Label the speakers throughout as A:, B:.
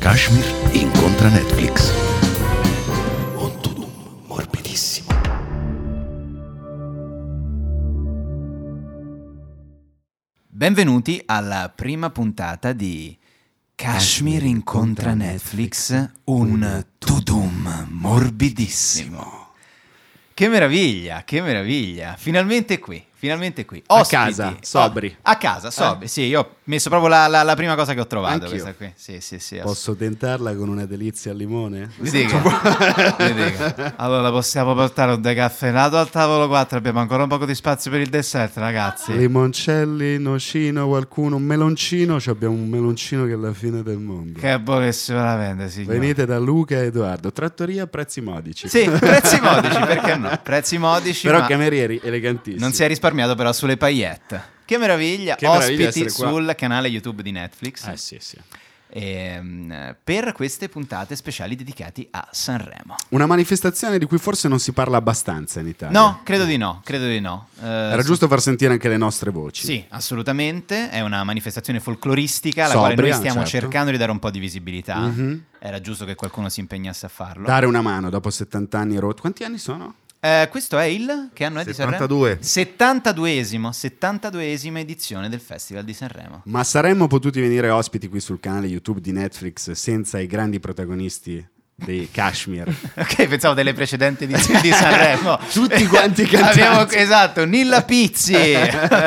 A: Kashmir incontra Netflix.
B: Ontudum, morbidissimo.
C: Benvenuti alla prima puntata di Kashmir incontra Netflix, un tudum morbidissimo. Che meraviglia, che meraviglia. Finalmente qui, finalmente qui. Oh,
D: A casa, sobri.
C: A, a casa, sobri. Sì, io ho messo proprio la, la- la prima cosa che ho trovato,
D: Anch'io.
C: questa qui. Sì, sì, sì. ass-
E: Posso tentarla con una delizia al limone?
C: Mi dica, mi dica. Allora possiamo portare un decaffeinato al tavolo 4, abbiamo ancora un po' di spazio per il dessert, ragazzi.
E: Limoncelli, nocino, qualcuno, un meloncino. Ci abbiamo un meloncino che è la fine del mondo.
C: Che buonissimo veramente, signore.
E: Venite da Luca e Edoardo. Trattoria a prezzi modici.
C: Sì, prezzi modici, perché no? Prezzi modici,
E: Però
C: ma
E: camerieri elegantissimi.
C: non si è risparmiato però sulle paillette. Che meraviglia,
D: Che meraviglia
C: ospiti
D: essere qua.
C: sul canale YouTube di Netflix
D: Eh sì, sì.
C: ehm, per queste puntate speciali dedicate a Sanremo.
E: Una manifestazione di cui forse non si parla abbastanza in Italia.
C: No, credo di no, credo di no. Eh,
E: Era giusto far sentire anche le nostre voci.
C: Sì, assolutamente, è una manifestazione folcloristica alla
E: Sobria,
C: quale noi stiamo
E: certo.
C: cercando di dare un po' di visibilità.
E: Mhm.
C: Era giusto che qualcuno si impegnasse a farlo.
E: Dare una mano dopo 70 anni rotti. Quanti anni sono?
C: Eh, questo è il che anno è di Sanremo?
B: 72.
C: 72esimo, 72esima edizione del Festival di Sanremo.
E: Ma saremmo potuti venire ospiti qui sul canale YouTube di Netflix senza i grandi protagonisti dei Kashmir.
C: Ok, pensavo delle precedenti edizioni di Sanremo.
E: Tutti quanti cantanti.
C: Abbiamo, esatto, Nilla Pizzi,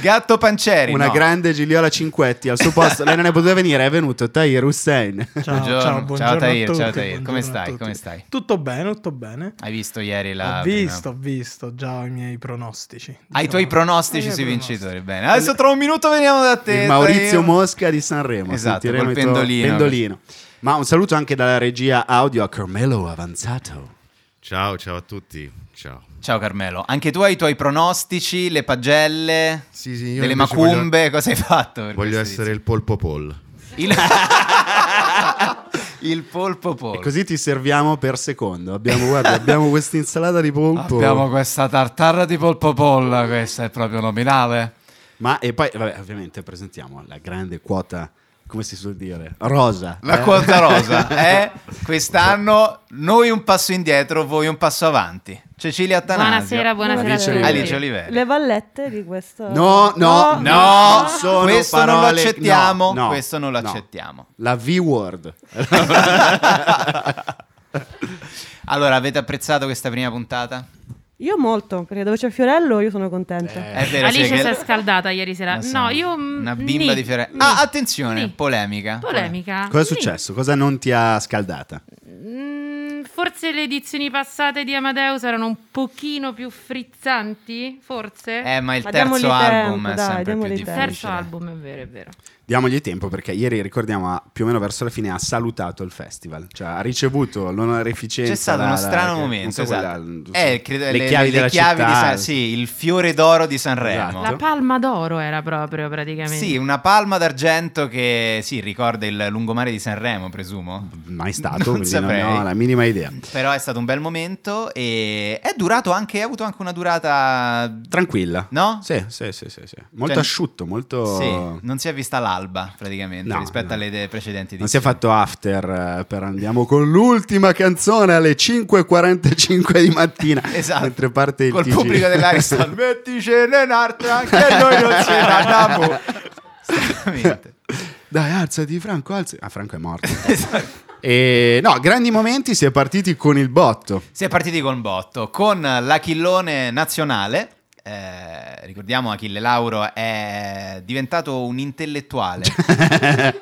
C: Gatto Panceri.
E: Una
C: Eh, no.
E: grande Gigliola Cinquetti al suo posto. Lei non è potuta venire, è venuto Tahir Hussein.
F: Ciao,
C: Buongiorno.
F: ciao,
C: Ciao,
F: buongiorno
C: Tahir,
F: a tutti,
C: ciao, Tahir. Come
F: buongiorno a
C: stai?
F: tutti.
C: Come stai? Ah,
F: Tutto bene, tutto bene.
C: Hai visto ieri la...
F: Ho
C: prima-
F: visto, ho visto già i miei pronostici.
C: Ai
F: diciamo.
C: tuoi pronostici
F: Ai
C: sui
F: miei pronostici.
C: vincitori. Bene, adesso tra un minuto veniamo da te.
E: Il Maurizio
C: Tahir.
E: Mosca di Sanremo.
C: Esatto,
E: Sentiremo
C: col
E: il tuo
C: pendolino.
E: pendolino. Ma un saluto anche dalla regia audio a Carmelo Avanzato.
B: Ciao, ciao a tutti. Ciao.
C: Ciao Carmelo, anche tu hai i tuoi pronostici, le pagelle,
B: Sì, sì, io
C: delle
B: invece
C: macumbe, cosa hai fatto? per
B: Voglio
C: questa
B: essere il polpo Paul.
C: edizione? Il... il polpo polpo.
E: E così ti serviamo per secondo. Abbiamo, guarda, abbiamo questa insalata di polpo.
C: Abbiamo questa tartara di polpo polla, questa è proprio nominale.
E: Ma e poi, vabbè, ovviamente presentiamo la grande quota, come si suol dire, rosa.
C: La
E: Eh?
C: quota rosa è quest'anno noi un passo indietro, voi un passo avanti. Cecilia Attanasio.
G: Buonasera, buonasera a
E: Alice
G: tutti.
E: Olivelli.
C: Alice Olivelli.
H: Le vallette di questo.
E: No, no,
C: No,
E: Non sono
C: questo non
E: parole-
C: lo accettiamo,
E: no, no,
C: questo non lo
E: no.
C: accettiamo.
E: La V-word.
C: Allora, avete apprezzato questa prima puntata?
H: Io molto, perché dove c'è Fiorello io sono contenta.
E: Eh.
C: È vero, sì,
G: Alice
C: che-
G: si è scaldata ieri sera.
C: Ma
G: no,
C: sono
G: io. mm,
C: Una bimba
G: nì,
C: di fiore.
G: nì.
C: Ah, attenzione,
G: Nì.
C: polemica.
G: Polemica.
E: Cosa è
G: Nì.
E: successo? Cosa non ti ha scaldata?
G: Mm, forse le edizioni passate di Amadeus erano un pochino più frizzanti, forse.
C: Eh, ma il
H: Ma
C: terzo
H: diamogli
C: album
H: tempo,
C: è
H: dai,
C: sempre più
H: diamogli
G: Il
C: difficile.
H: tempo.
G: terzo album, è vero, è vero.
E: Diamogli tempo perché ieri, ricordiamo, ha- più o meno verso la fine ha salutato il festival, cioè ha ricevuto l'onorificenza.
C: C'è stato uno
E: la- la-
C: strano
E: che- non
C: momento,
E: so quella-
C: esatto.
E: so,
C: Eh, credo- le, chiavi,
E: della
C: di
E: città.
C: San- sì, il fiore d'oro di Sanremo.
E: Esatto.
G: La palma d'oro era proprio praticamente.
C: Sì, una palma d'argento che sì, ricorda il lungomare di Sanremo, presumo.
E: Mai stato,
C: Non
E: quindi
C: saprei.
E: non ho la minima idea.
C: Però è stato un bel momento e è durato anche, ha avuto anche una durata...
E: Tranquilla.
C: No?
E: Sì, sì, sì, sì, sì. Molto
C: Cioè-
E: asciutto, molto...
C: Sì, non si è vista l'alba praticamente
E: No,
C: rispetto
E: no.
C: alle de- precedenti.
E: Non si è fatto after eh, per andiamo con l'ultima canzone alle 5.45 di mattina.
C: Esatto.
E: Mentre parte il
C: Col
E: TG.
C: pubblico dell'Ariston. Metticene un'altra che noi non ce ne andiamo. Esattamente.
E: Dai, alzati Franco, alzati. Ah, Franco è morto. E, no, grandi momenti, si è partiti con il botto.
C: Si è partiti con botto, con l'Achillone nazionale. Eh, ricordiamo Achille Lauro è diventato un intellettuale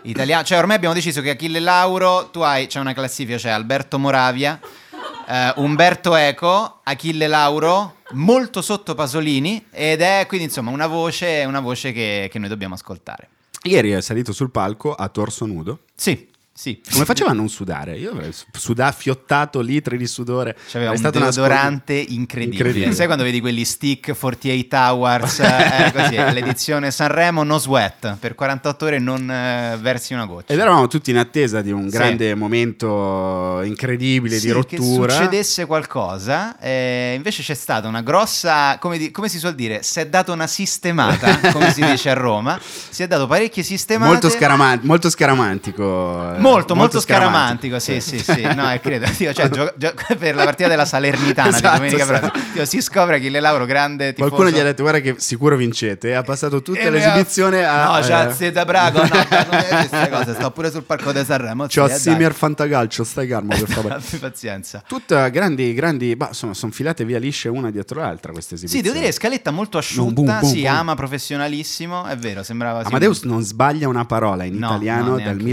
C: italiano. Cioè, ormai abbiamo deciso che Achille Lauro, tu hai, c'è una classifica, c'è Alberto Moravia, eh, Umberto Eco, Achille Lauro, molto sotto Pasolini, ed è quindi insomma una voce, una voce che, che noi dobbiamo ascoltare.
E: Ieri è salito sul palco a torso nudo.
C: Sì, sì.
E: Come faceva a non sudare? Io avrei su- sudato, fiottato litri di sudore.
C: C'aveva Cioè, un
E: È stata una scor-
C: deodorante incredibile.
E: Incredibile.
C: Sai quando vedi quegli stick 48 hours, eh, così, l'edizione Sanremo no sweat, per 48 ore non eh, versi una goccia.
E: Ed eravamo tutti in attesa di un
C: Sì.
E: grande momento incredibile
C: Sì,
E: di rottura.
C: che succedesse qualcosa, eh, invece c'è stata una grossa, come, di- come si suol dire, si è data una sistemata, come si dice a Roma, si è dato parecchie sistemate.
E: Molto, scarama- molto scaramantico. eh,
C: molto, molto scaramantico.
E: scaramantico.
C: Sì, sì, sì. No, è credo. Dio, cioè, gio- gio- per la partita della Salernitana di
E: Esatto,
C: domenica
E: esatto.
C: prossima. Dio, si scopre che le Lauro grande tifoso...
E: Qualcuno gli ha detto, guarda che sicuro vincete. Ha passato tutta
C: E lui ha-
E: l'esibizione a...
C: No,
E: eh,
C: grazie da Brago. No, non è questa cosa. Sto pure sul palco di Sanremo.
E: C'ho
C: sì, eh, dai.
E: Simir Fantacalcio, stai calmo per favore.
C: Abbi pazienza.
E: Tutta grandi, grandi, bah, sono, sono filate via lisce una dietro l'altra queste
C: Sì,
E: esibizioni.
C: devo dire, scaletta molto asciutta.
E: No, boom, boom,
C: si
E: boom.
C: ama professionalissimo. È vero, sembrava. sì,
E: Amadeus non sbaglia una parola in
C: No, no,
E: italiano dal
C: neanche.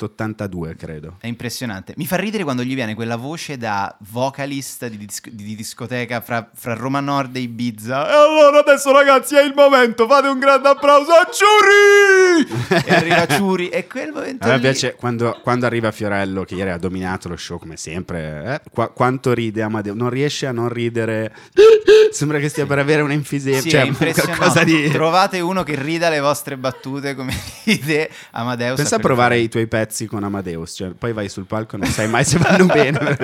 E: 1982, credo.
C: È impressionante. Mi fa ridere quando gli viene quella voce da vocalista di, disco- di- di discoteca fra, fra Roma Nord e Ibiza. E allora adesso ragazzi è il momento, fate un grande applauso a Ciuri! e arriva Ciuri e quel momento...
E: A me
C: lì-
E: piace quando, quando arriva Fiorello, che ieri ha dominato lo show come sempre, eh, qua- quanto ride Amadeus, non riesce a non ridere, sembra che stia per avere un'infisema,
C: Sì, è
E: cioè
C: impressionante.
E: qualcosa di...
C: Trovate uno che rida le vostre battute come ride Amadeus.
E: Pensa a
C: per-
E: provare i tuoi pezzi con Amadeus, cioè, poi vai sul palco e non sai mai se vanno bene.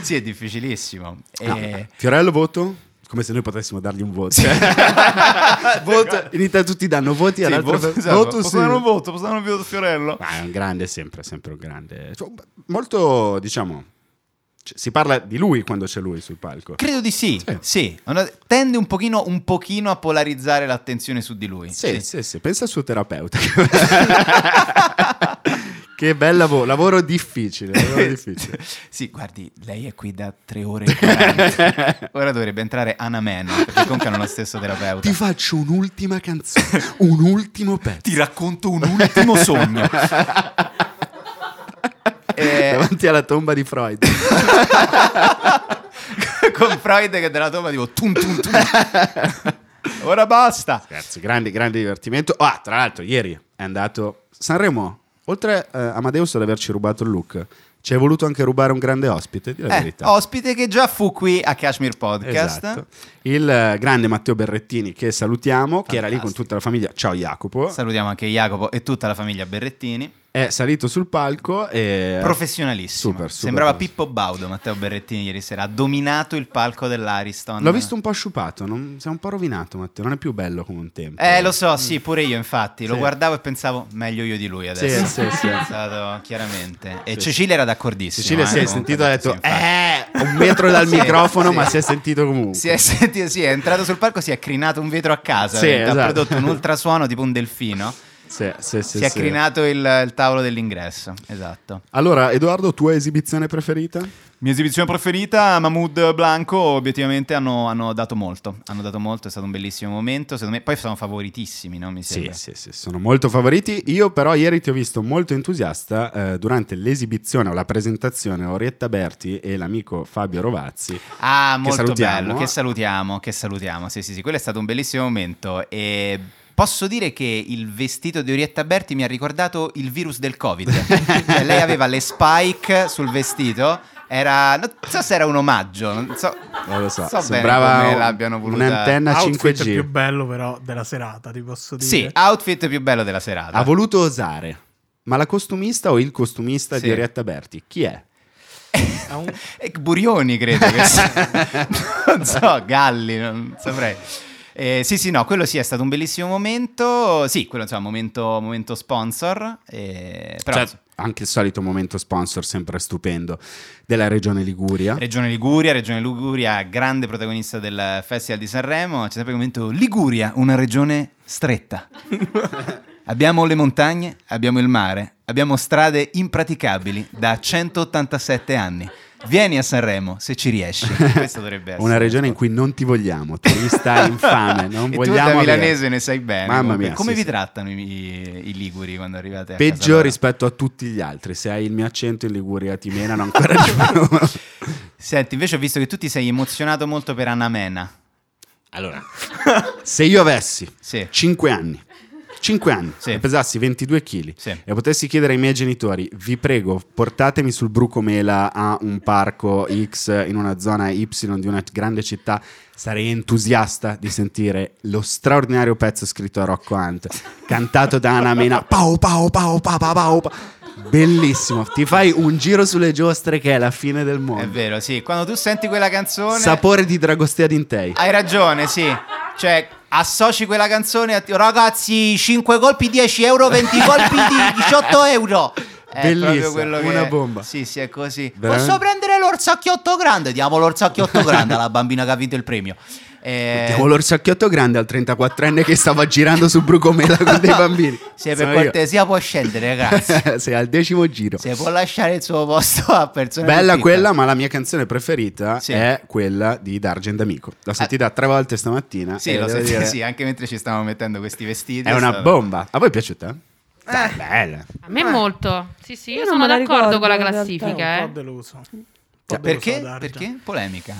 C: Sì, è difficilissimo. Eh, E-
E: No. Fiorello voto? Come se noi potessimo dargli un voto. Voto- in Italia tutti danno voti
C: Sì,
E: all'altro
C: voto,
E: voto,
C: esatto.
E: sì.
C: Posso dare un voto, posso dare un voto a Fiorello.
E: Ma è un grande sempre, sempre un grande. Cioè, molto, diciamo, cioè, si parla di lui quando c'è lui sul palco.
C: Credo di sì,
E: Sì.
C: sì. Una- Tende un pochino, un pochino a polarizzare l'attenzione su di lui.
E: Sì, sì, sì, pensa al suo terapeuta. che bel lavoro, lavoro difficile, lavoro difficile.
C: Sì, guardi, lei è qui da 3 ore e 40. Ora dovrebbe entrare Anna Meno, perché comunque hanno lo stesso terapeuta.
E: Ti faccio un'ultima canzone, un ultimo pezzo.
C: Ti racconto un ultimo sogno. Eh,
E: Davanti alla tomba di Freud.
C: con Freud che della tomba tipo tum tum tum. Ora basta.
E: Ragazzi, grande, grande divertimento. Ah, tra l'altro, ieri è andato Sanremo. Oltre eh, Amadeus ad averci rubato il look, ci è voluto anche rubare un grande ospite, di la
C: Eh,
E: verità.
C: ospite che già fu qui a Kashmir Podcast.
E: Esatto. Il eh, grande Matteo Berrettini, che salutiamo, che era lì con
C: Fantastico.
E: tutta la famiglia. Ciao Jacopo.
C: Salutiamo anche Jacopo e tutta la famiglia Berrettini.
E: è salito sul palco e...
C: Professionalissimo.
E: Eh, Super, super
C: Sembrava
E: professionista.
C: Pippo Baudo, Matteo Berrettini ieri sera. Ha dominato il palco dell'Ariston.
E: L'ho visto un po' sciupato, non... sei un po' rovinato Matteo, non è più bello come un tempo.
C: Eh, lo so, sì, pure io infatti. Lo
E: mm. Sì.
C: guardavo e pensavo, meglio io di lui adesso.
E: Sì, sì, sì.
C: È stato, chiaramente. E
E: Sì.
C: Cecilia era d'accordissimo.
E: Cecilia
C: eh,
E: si è
C: comunque,
E: sentito e ha detto,
C: sì, infatti.
E: eh, un metro dal
C: Sì,
E: microfono,
C: sì.
E: ma si è sentito comunque.
C: Si è sentito, sì, è entrato sul palco, si è crinato un vetro a casa.
E: Sì,
C: veramente. Ha
E: esatto.
C: prodotto un ultrasuono tipo un delfino.
E: Sì, sì, sì,
C: si è
E: sì.
C: crinato il, il tavolo dell'ingresso. Esatto.
E: Allora, Edoardo, tua esibizione preferita?
C: Mia esibizione preferita, Mahmood Blanco, obiettivamente hanno, hanno dato molto, hanno dato molto, è stato un bellissimo momento, secondo me, poi sono favoritissimi, no? Mi
E: Sì,
C: sembra.
E: sì, sì, sono molto favoriti. Io però ieri ti ho visto molto entusiasta eh, durante l'esibizione o la presentazione Orietta Berti e l'amico Fabio Rovazzi.
C: Ah, molto
E: salutiamo.
C: bello, che salutiamo, che salutiamo, sì sì sì, quello è stato un bellissimo momento e posso dire che il vestito di Orietta Berti mi ha ricordato il virus del Covid, Cioè, lei aveva le spike sul vestito, era, non so se era un omaggio, non so,
E: Non lo so,
C: so bene
E: sembrava
C: come
E: un-
C: l'abbiano voluta.
E: un'antenna
F: Outfit
E: 5G.
F: più bello però della serata, ti posso dire.
C: Sì, outfit più bello della serata.
E: Ha voluto osare. Ma la costumista o il costumista
C: Sì.
E: di Orietta Berti? Chi è?
F: È un-
C: E Burioni credo che sia. non so, Galli, non saprei. Eh, sì, sì, no, quello sì è stato un bellissimo momento. Sì, quello insomma, momento, momento sponsor. eh, però,
E: Cioè, anche il solito momento sponsor, sempre stupendo, della regione Liguria.
C: Regione Liguria, Regione Liguria, grande protagonista del Festival di Sanremo. C'è sempre il commento Liguria, una regione stretta. abbiamo le montagne, abbiamo il mare, abbiamo strade impraticabili da 187 anni. Vieni a Sanremo se ci riesci. Questo dovrebbe essere.
E: Una regione in cui non ti vogliamo, turista infame, non
C: E tu
E: vogliamo...
C: da
E: avere-
C: milanese ne sai bene.
E: Mamma
C: comunque.
E: mia,
C: Come
E: sì,
C: vi
E: sì.
C: trattano i, i liguri quando arrivate a casa
E: Peggio
C: loro?
E: rispetto a tutti gli altri. Se hai il mio accento in Liguria ti menano ancora di più.
C: Senti, invece ho visto che tu ti sei emozionato molto per Anna Mena.
E: Allora, se io avessi
C: Sì.
E: 5 anni, 5 anni,
C: Sì.
E: e pesassi 22 kg
C: Sì.
E: e potessi chiedere ai miei genitori, vi prego, portatemi sul Bruco Mela a un parco X in una zona Y di una grande città, sarei entusiasta di sentire lo straordinario pezzo scritto a Rocco Hunt, cantato da Anna Mena, pau pau pau pau pau pau. pau. Bellissimo, ti fai un giro sulle giostre che è la fine del
C: È
E: mondo.
C: vero, sì. Quando tu senti quella canzone...
E: Sapore di Dragostea Dintei.
C: Hai ragione, sì. Cioè, associ quella canzone a... Ragazzi, 5 colpi 10 euro, 20 colpi di 18 euro. È
E: Bellissima,
C: proprio quello che-
E: una bomba.
C: Sì, sì, è così.
E: Veramente-
C: Posso prendere l'orsacchiotto grande? Diamo l'orsacchiotto grande alla bambina che ha vinto il premio. Eh,
E: Diamo l'orsacchiotto grande al 34enne che stava girando su Brucomela con dei bambini.
C: Se per
E: Sono io.
C: cortesia può scendere, grazie.
E: Sei al decimo giro.
C: Se può lasciare il suo posto a persone più
E: Bella
C: piccole.
E: quella, ma la mia canzone preferita
C: Sì. Ah.
E: è quella di Dargen D'Amico. L'ho sentita tre volte stamattina.
C: Sì,
E: e
C: lo
E: Eh, devo
C: senti-
E: dire,
C: sì, anche mentre ci stavamo mettendo questi vestiti.
E: È una
C: stavo-
E: bomba. A voi è piaciuta?
C: Eh.
E: Dai, bella.
G: A me molto. Sì, sì, io,
H: Io non
G: sono
H: me la
G: d'accordo con la
H: ricordo, in
G: classifica.
F: un po'
G: Eh.
F: deluso. Un po'
E: Cioè,
F: deluso da
C: Perché?
F: Dargen.
C: Perché? Polemica.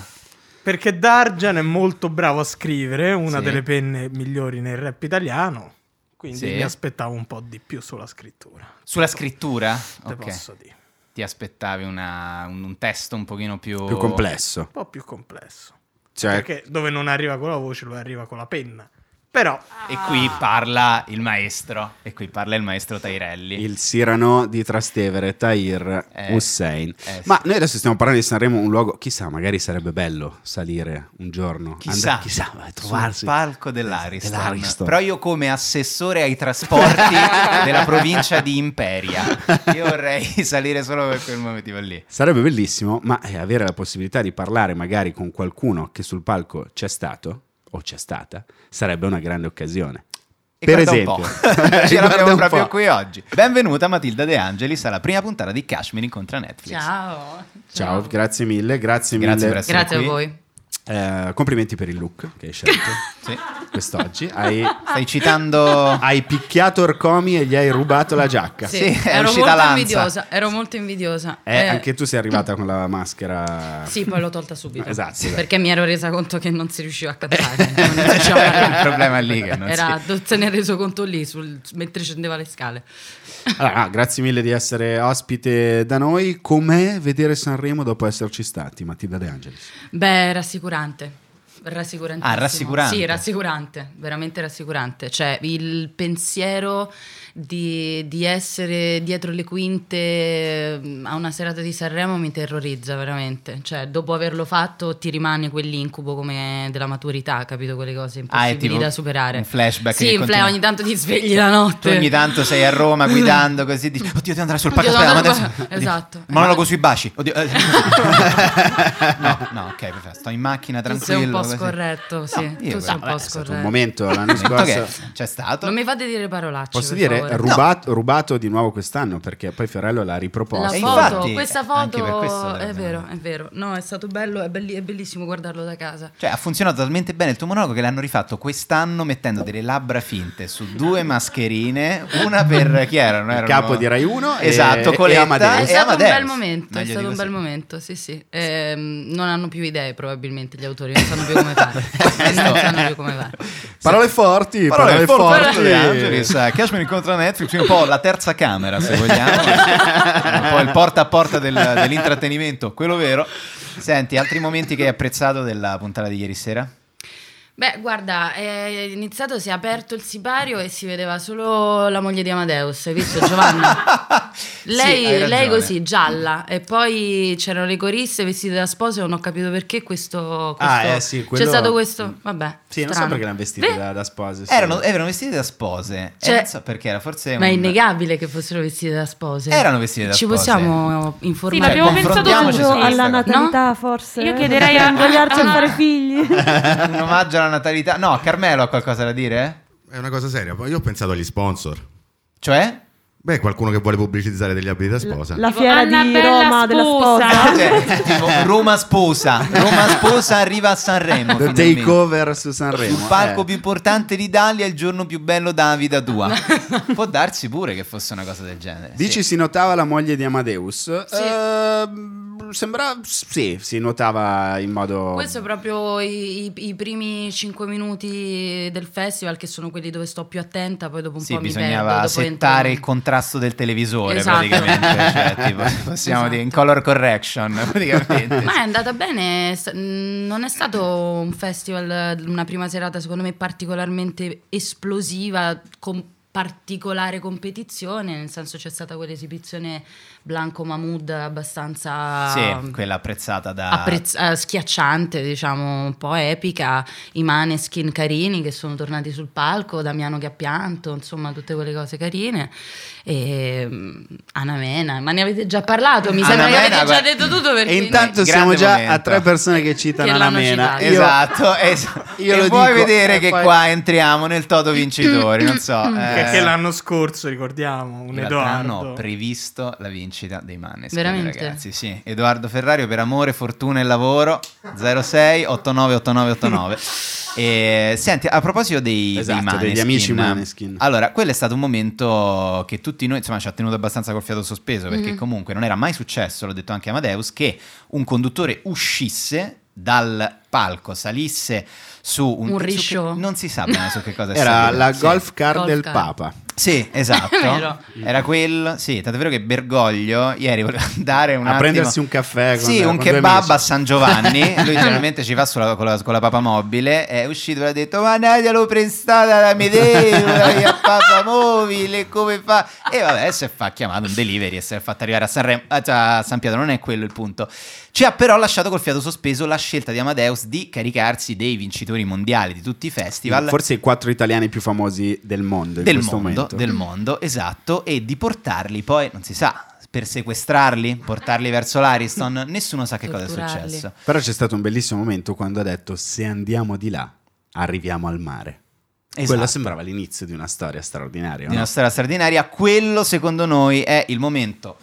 F: Perché Dargen è molto bravo a scrivere, una
C: Sì.
F: delle penne migliori nel rap italiano, quindi
C: Sì.
F: mi aspettavo un po' di più sulla scrittura.
C: Sulla scrittura?
F: Te
C: Ok.
F: posso dire.
C: Ti aspettavi una- un, un testo un pochino più...
E: Più complesso.
F: Un po' più complesso.
E: Cioè,
F: Perché dove non arriva con la voce, lui arriva con la penna. Però
C: E qui parla il maestro. E qui parla il maestro Tairelli.
E: il Sirano di Trastevere, Tahir
C: Eh,
E: Hussein.
C: eh,
E: Ma
C: sì.
E: noi adesso stiamo parlando di Sanremo, un luogo, chissà, magari sarebbe bello salire un giorno.
C: Chissà,
E: Andare- chissà, vai a trovarsi.
C: sul palco dell'Ariston.
E: dell'Ariston.
C: Però io come assessore ai trasporti della provincia di Imperia, io vorrei salire solo per quel motivo lì.
E: Sarebbe bellissimo, ma eh, avere la possibilità di parlare magari con qualcuno che sul palco c'è stato o c'è stata sarebbe una grande occasione.
C: E
E: per
C: guarda un
E: esempio,
C: po'. ce
E: Guarda
C: l'abbiamo
E: un
C: proprio
E: po'.
C: qui oggi. Benvenuta Matilda De Angelis alla prima puntata di Cashmere incontra Netflix.
D: Ciao.
E: Ciao, grazie mille, grazie,
C: Grazie per
E: mille.
C: essere
D: Grazie
C: qui.
D: a voi.
E: Eh, complimenti per il look che hai scelto
C: Sì. Oh.
E: quest'oggi. Hai,
C: Stai citando
D: Ah.
E: hai picchiato Orcomi e gli hai rubato la giacca.
C: Sì, è
D: ero
C: uscita
D: molto
C: Lanza.
D: invidiosa. Ero molto invidiosa.
E: Eh,
D: Eh,
E: Anche tu sei arrivata con la maschera.
D: Sì, poi l'ho tolta subito.
E: Esatto,
D: Sì,
E: esatto.
D: Perché mi ero resa conto che non si riusciva a cantare. non si riusciva a
C: il
D: parlare.
C: problema è lì che non
D: Era,
C: si...
D: se ne è reso conto lì sul- mentre scendeva le scale.
E: Allora, ah, grazie mille di essere ospite da noi. Com'è vedere Sanremo dopo esserci stati, Matilda De Angelis?
D: Beh, rassicurante. Rassicurante.
C: Ah, rassicurante.
D: Sì, rassicurante, veramente rassicurante. Cioè, il pensiero di, di essere dietro le quinte mm, a una serata di Sanremo mi terrorizza veramente. Cioè, dopo averlo fatto ti rimane quell'incubo come della maturità, capito? Quelle cose
C: Ah, è
D: impossibili
C: tipo
D: da superare.
C: un flashback che
D: Sì, un flash-
C: continua.
D: ogni tanto ti svegli la
C: Tu
D: notte.
C: ogni tanto sei a Roma guidando così dici Oddio devo andare sul palco
D: Oddio, devo
C: aspetta,
D: andare
C: ma
D: sul
C: adesso-
D: palco." Esatto.
C: Monologo sui baci Oddio, eh. No, no, ok perfetto Sto in macchina
D: Tu
C: tranquillo
D: sei un po'
C: così.
D: scorretto, sì.
C: No,
D: Tu
C: io-
D: sei
C: no,
D: un
C: beh,
D: po'
E: È stato un
D: scorretto.
E: momento l'anno
C: Detto che
E: scorso.
C: c'è stato
D: Non mi fate dire parolacce.
E: Posso
D: per
E: dire
D: favore.
E: rubato, rubato di nuovo quest'anno perché poi Fiorello l'ha
D: La
E: riproposto. Eh,
C: E
D: foto,
C: infatti,
D: questa
C: anche per questo
D: foto è
C: dovrebbe-
D: vero, è vero. No, è stato bello, è, belli- è bellissimo guardarlo da casa.
C: Cioè, ha funzionato talmente bene il tuo monologo che l'hanno rifatto quest'anno mettendo delle labbra finte su due mascherine, una per chi erano?
E: Il
C: Erano-
E: capo di Rai 1 e-
C: esatto,
E: e
C: Coletta
E: Amadeus.
D: È
E: Eh,
C: e
D: stato un
C: Amadeus.
D: bel momento, è
C: Meglio
D: stato
C: di così.
D: un bel momento, sì sì. Ehm, non hanno più idee probabilmente gli autori, non sanno più come fare.
C: Questo-
D: non sanno più come fare.
E: Parole forti,
C: Parole
E: parole,
C: forti
E: forti.
C: di Angelis, eh, Cashman incontra Netflix, quindi un po' la terza camera se vogliamo, un po' il porta a porta del- dell'intrattenimento, quello vero. Senti, altri momenti che hai apprezzato della puntata di ieri sera?
D: Beh, guarda, è iniziato, si è aperto il sipario e si vedeva solo la moglie di Amadeus, hai visto Giovanna?
C: Sì,
D: Lei,
C: hai
D: lei
C: ragione.
D: così, gialla, e poi c'erano le coriste vestite da spose, non ho capito perché questo... questo
E: Ah, eh, sì, quello-
D: C'è stato questo, vabbè.
E: Sì, non so
D: strano.
E: perché l'hanno vestita
D: Beh,
E: da, da spose. sì.
C: Erano, erano vestiti da spose, e
D: Cioè-
C: non so perché era forse
D: Ma è
C: un-
D: innegabile che fossero vestite da spose.
C: Erano vestite da
D: Ci
C: spose.
D: possiamo
G: Sì,
D: informare.
G: l'abbiamo
C: Cioè,
G: pensato
C: confrontiamoci
G: anche
C: su
H: Omaggio
G: noi.
H: alla
C: Instagram.
H: natalità, forse.
G: Io chiederei a-
H: Per invogliarci
G: a-
H: a fare figli.
C: un omaggio alla natalità. No, Carmelo ha qualcosa da dire?
B: È una cosa seria. Poi Io ho pensato agli sponsor.
C: Cioè?
B: Beh, qualcuno che vuole pubblicizzare degli abiti da sposa.
H: La
G: Tipo,
H: fiera
G: Anna
H: di
G: Bella
H: Roma della
G: sposa.
D: Ah,
H: sposa.
C: Cioè, tipo, Roma sposa, Roma sposa arriva a Sanremo.
E: The
C: finalmente.
E: takeover su Sanremo.
C: Il palco
E: eh.
C: più importante d'Italia, il giorno più bello da vita tua. Può darsi pure che fosse una cosa del genere.
E: Dici si notava la moglie di Amadeus?
D: Sì.
E: Ehm, sembra sì, si notava in modo
D: Questo è proprio i, i- i primi 5 minuti del festival, che sono quelli dove sto più attenta. Poi dopo un
C: Sì,
D: po' mi perdo.
C: bisognava
D: dopo
C: settare il
D: entro-
C: contrasto del televisore
D: Esatto.
C: praticamente, cioè, tipo, possiamo
D: Esatto.
C: dire in color correction praticamente.
D: Ma è andata bene, s- mh, non è stato un festival, una prima serata secondo me particolarmente esplosiva, con particolare competizione, nel senso c'è stata quell'esibizione Blanco Mahmood abbastanza
C: Sì, quella apprezzata da...
D: apprezz- eh, schiacciante, diciamo, un po' epica, i maneskin carini che sono tornati sul palco, Damiano che ha pianto, insomma, tutte quelle cose carine. E mm, Anna Mena, ma ne avete già parlato, mi
C: Anna
D: sembra che
C: Mena,
D: avete già
C: guarda-
D: detto tutto perché
E: E intanto
C: Grande
E: siamo già
C: momento.
E: a tre persone che citano
D: Che
E: la
D: l'hanno
E: mena.
D: citato.
E: Io-
C: Esatto, esatto.
E: io
C: e
E: lo
C: puoi
E: dico,
C: vedere
E: e
C: che
E: poi-
C: qua entriamo nel toto vincitori, non so.
E: Mm.
F: Che,
C: eh,
F: che l'anno scorso, ricordiamo,
C: in
F: un
C: realtà
F: Edoardo.
C: hanno previsto la vincita dei Maneskin
D: Veramente?
C: ragazzi sì. Edoardo Ferrario per amore, fortuna e lavoro 06 89 89 89 e, senti a proposito dei,
E: Esatto,
C: dei Maneskin,
E: degli amici Maneskin.
C: allora quello è stato un momento che tutti noi insomma ci ha tenuto abbastanza col fiato sospeso perché
D: Mhm.
C: comunque non era mai successo l'ho detto anche a Amadeus che un conduttore uscisse dal palco salisse su un, su
D: Un
C: che-
D: risciò?
C: non si sa bene su che cosa è
E: Era
C: salito,
E: la
C: sì.
E: golf car
D: Golf
E: del
D: car.
E: Papa.
C: Sì, esatto.
D: È vero.
C: Era quello. Sì, tanto è vero che Bergoglio ieri voleva andare un
E: A
C: attimo-
E: prendersi un caffè con-
C: Sì,
E: con
C: un
E: due
C: kebab
E: amici.
C: a San Giovanni. Lui generalmente ci va sulla- con, la, con la papa mobile. È uscito e ha detto: Ma Nadia l'ho prestata la Medea, la papa mobile. Come fa? E vabbè, si è fa chiamato un delivery e si è fatto arrivare a, Sanremo- ah, già, a San Pietro. Non è quello il punto. Ci ha però lasciato col fiato sospeso la scelta di Amadeus di caricarsi dei vincitori mondiali di tutti i festival
E: Forse i quattro italiani più famosi del mondo in
C: del
E: questo
C: mondo,
E: momento.
C: del mondo, esatto, e di portarli poi, non si sa, per sequestrarli, portarli verso l'Ariston, nessuno sa che cosa è
D: Torturarli.
C: successo.
E: Però c'è stato un bellissimo momento quando ha detto se andiamo di là arriviamo al mare. Quello
C: Esatto.
E: sembrava l'inizio di una storia straordinaria.
C: Di
E: no?
C: una storia straordinaria, quello secondo noi è il momento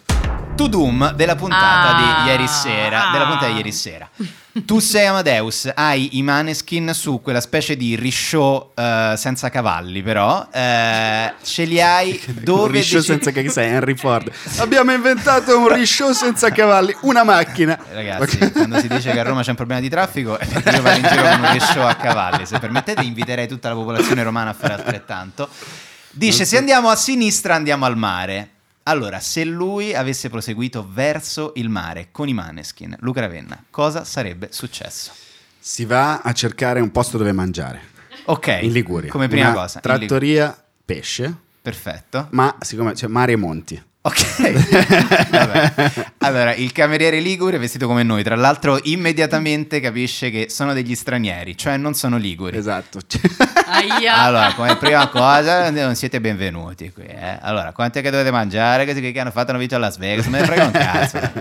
C: to doom della puntata
D: Ah.
C: di ieri sera, della puntata di ieri sera. Tu sei Amadeus, hai i maneskin su quella specie di risciò eh, senza cavalli, però eh, ce li hai dove
E: un risciò
C: decidi-
E: senza che sei Henry Ford. Abbiamo inventato un risciò senza cavalli, una macchina.
C: Eh, Ragazzi,
E: Ok.
C: quando si dice che a Roma c'è un problema di traffico, è perché io vado in giro con un pescio a cavalli. Se permettete, inviterei tutta la popolazione romana a fare altrettanto. Dice: Se andiamo a sinistra, andiamo al mare. Allora, se lui avesse proseguito verso il mare con i maneskin, Luca Ravenna, cosa sarebbe successo?
E: si va a cercare un posto dove mangiare
C: Ok,
E: in Liguria.
C: Eh, Come prima
E: Una
C: cosa, in Liguria.
E: Trattoria pesce,
C: perfetto.
E: ma siccome c'è mare e monti.
C: Ok, Vabbè. allora il cameriere ligure vestito come noi, tra l'altro immediatamente capisce che sono degli stranieri, cioè non sono liguri.
E: Esatto.
D: Aia.
C: Allora, come prima cosa, non siete benvenuti qui. eh. Allora, quanto è che dovete mangiare? Questi qui che hanno fatto una vita a Las Vegas, me ne frega un cazzo.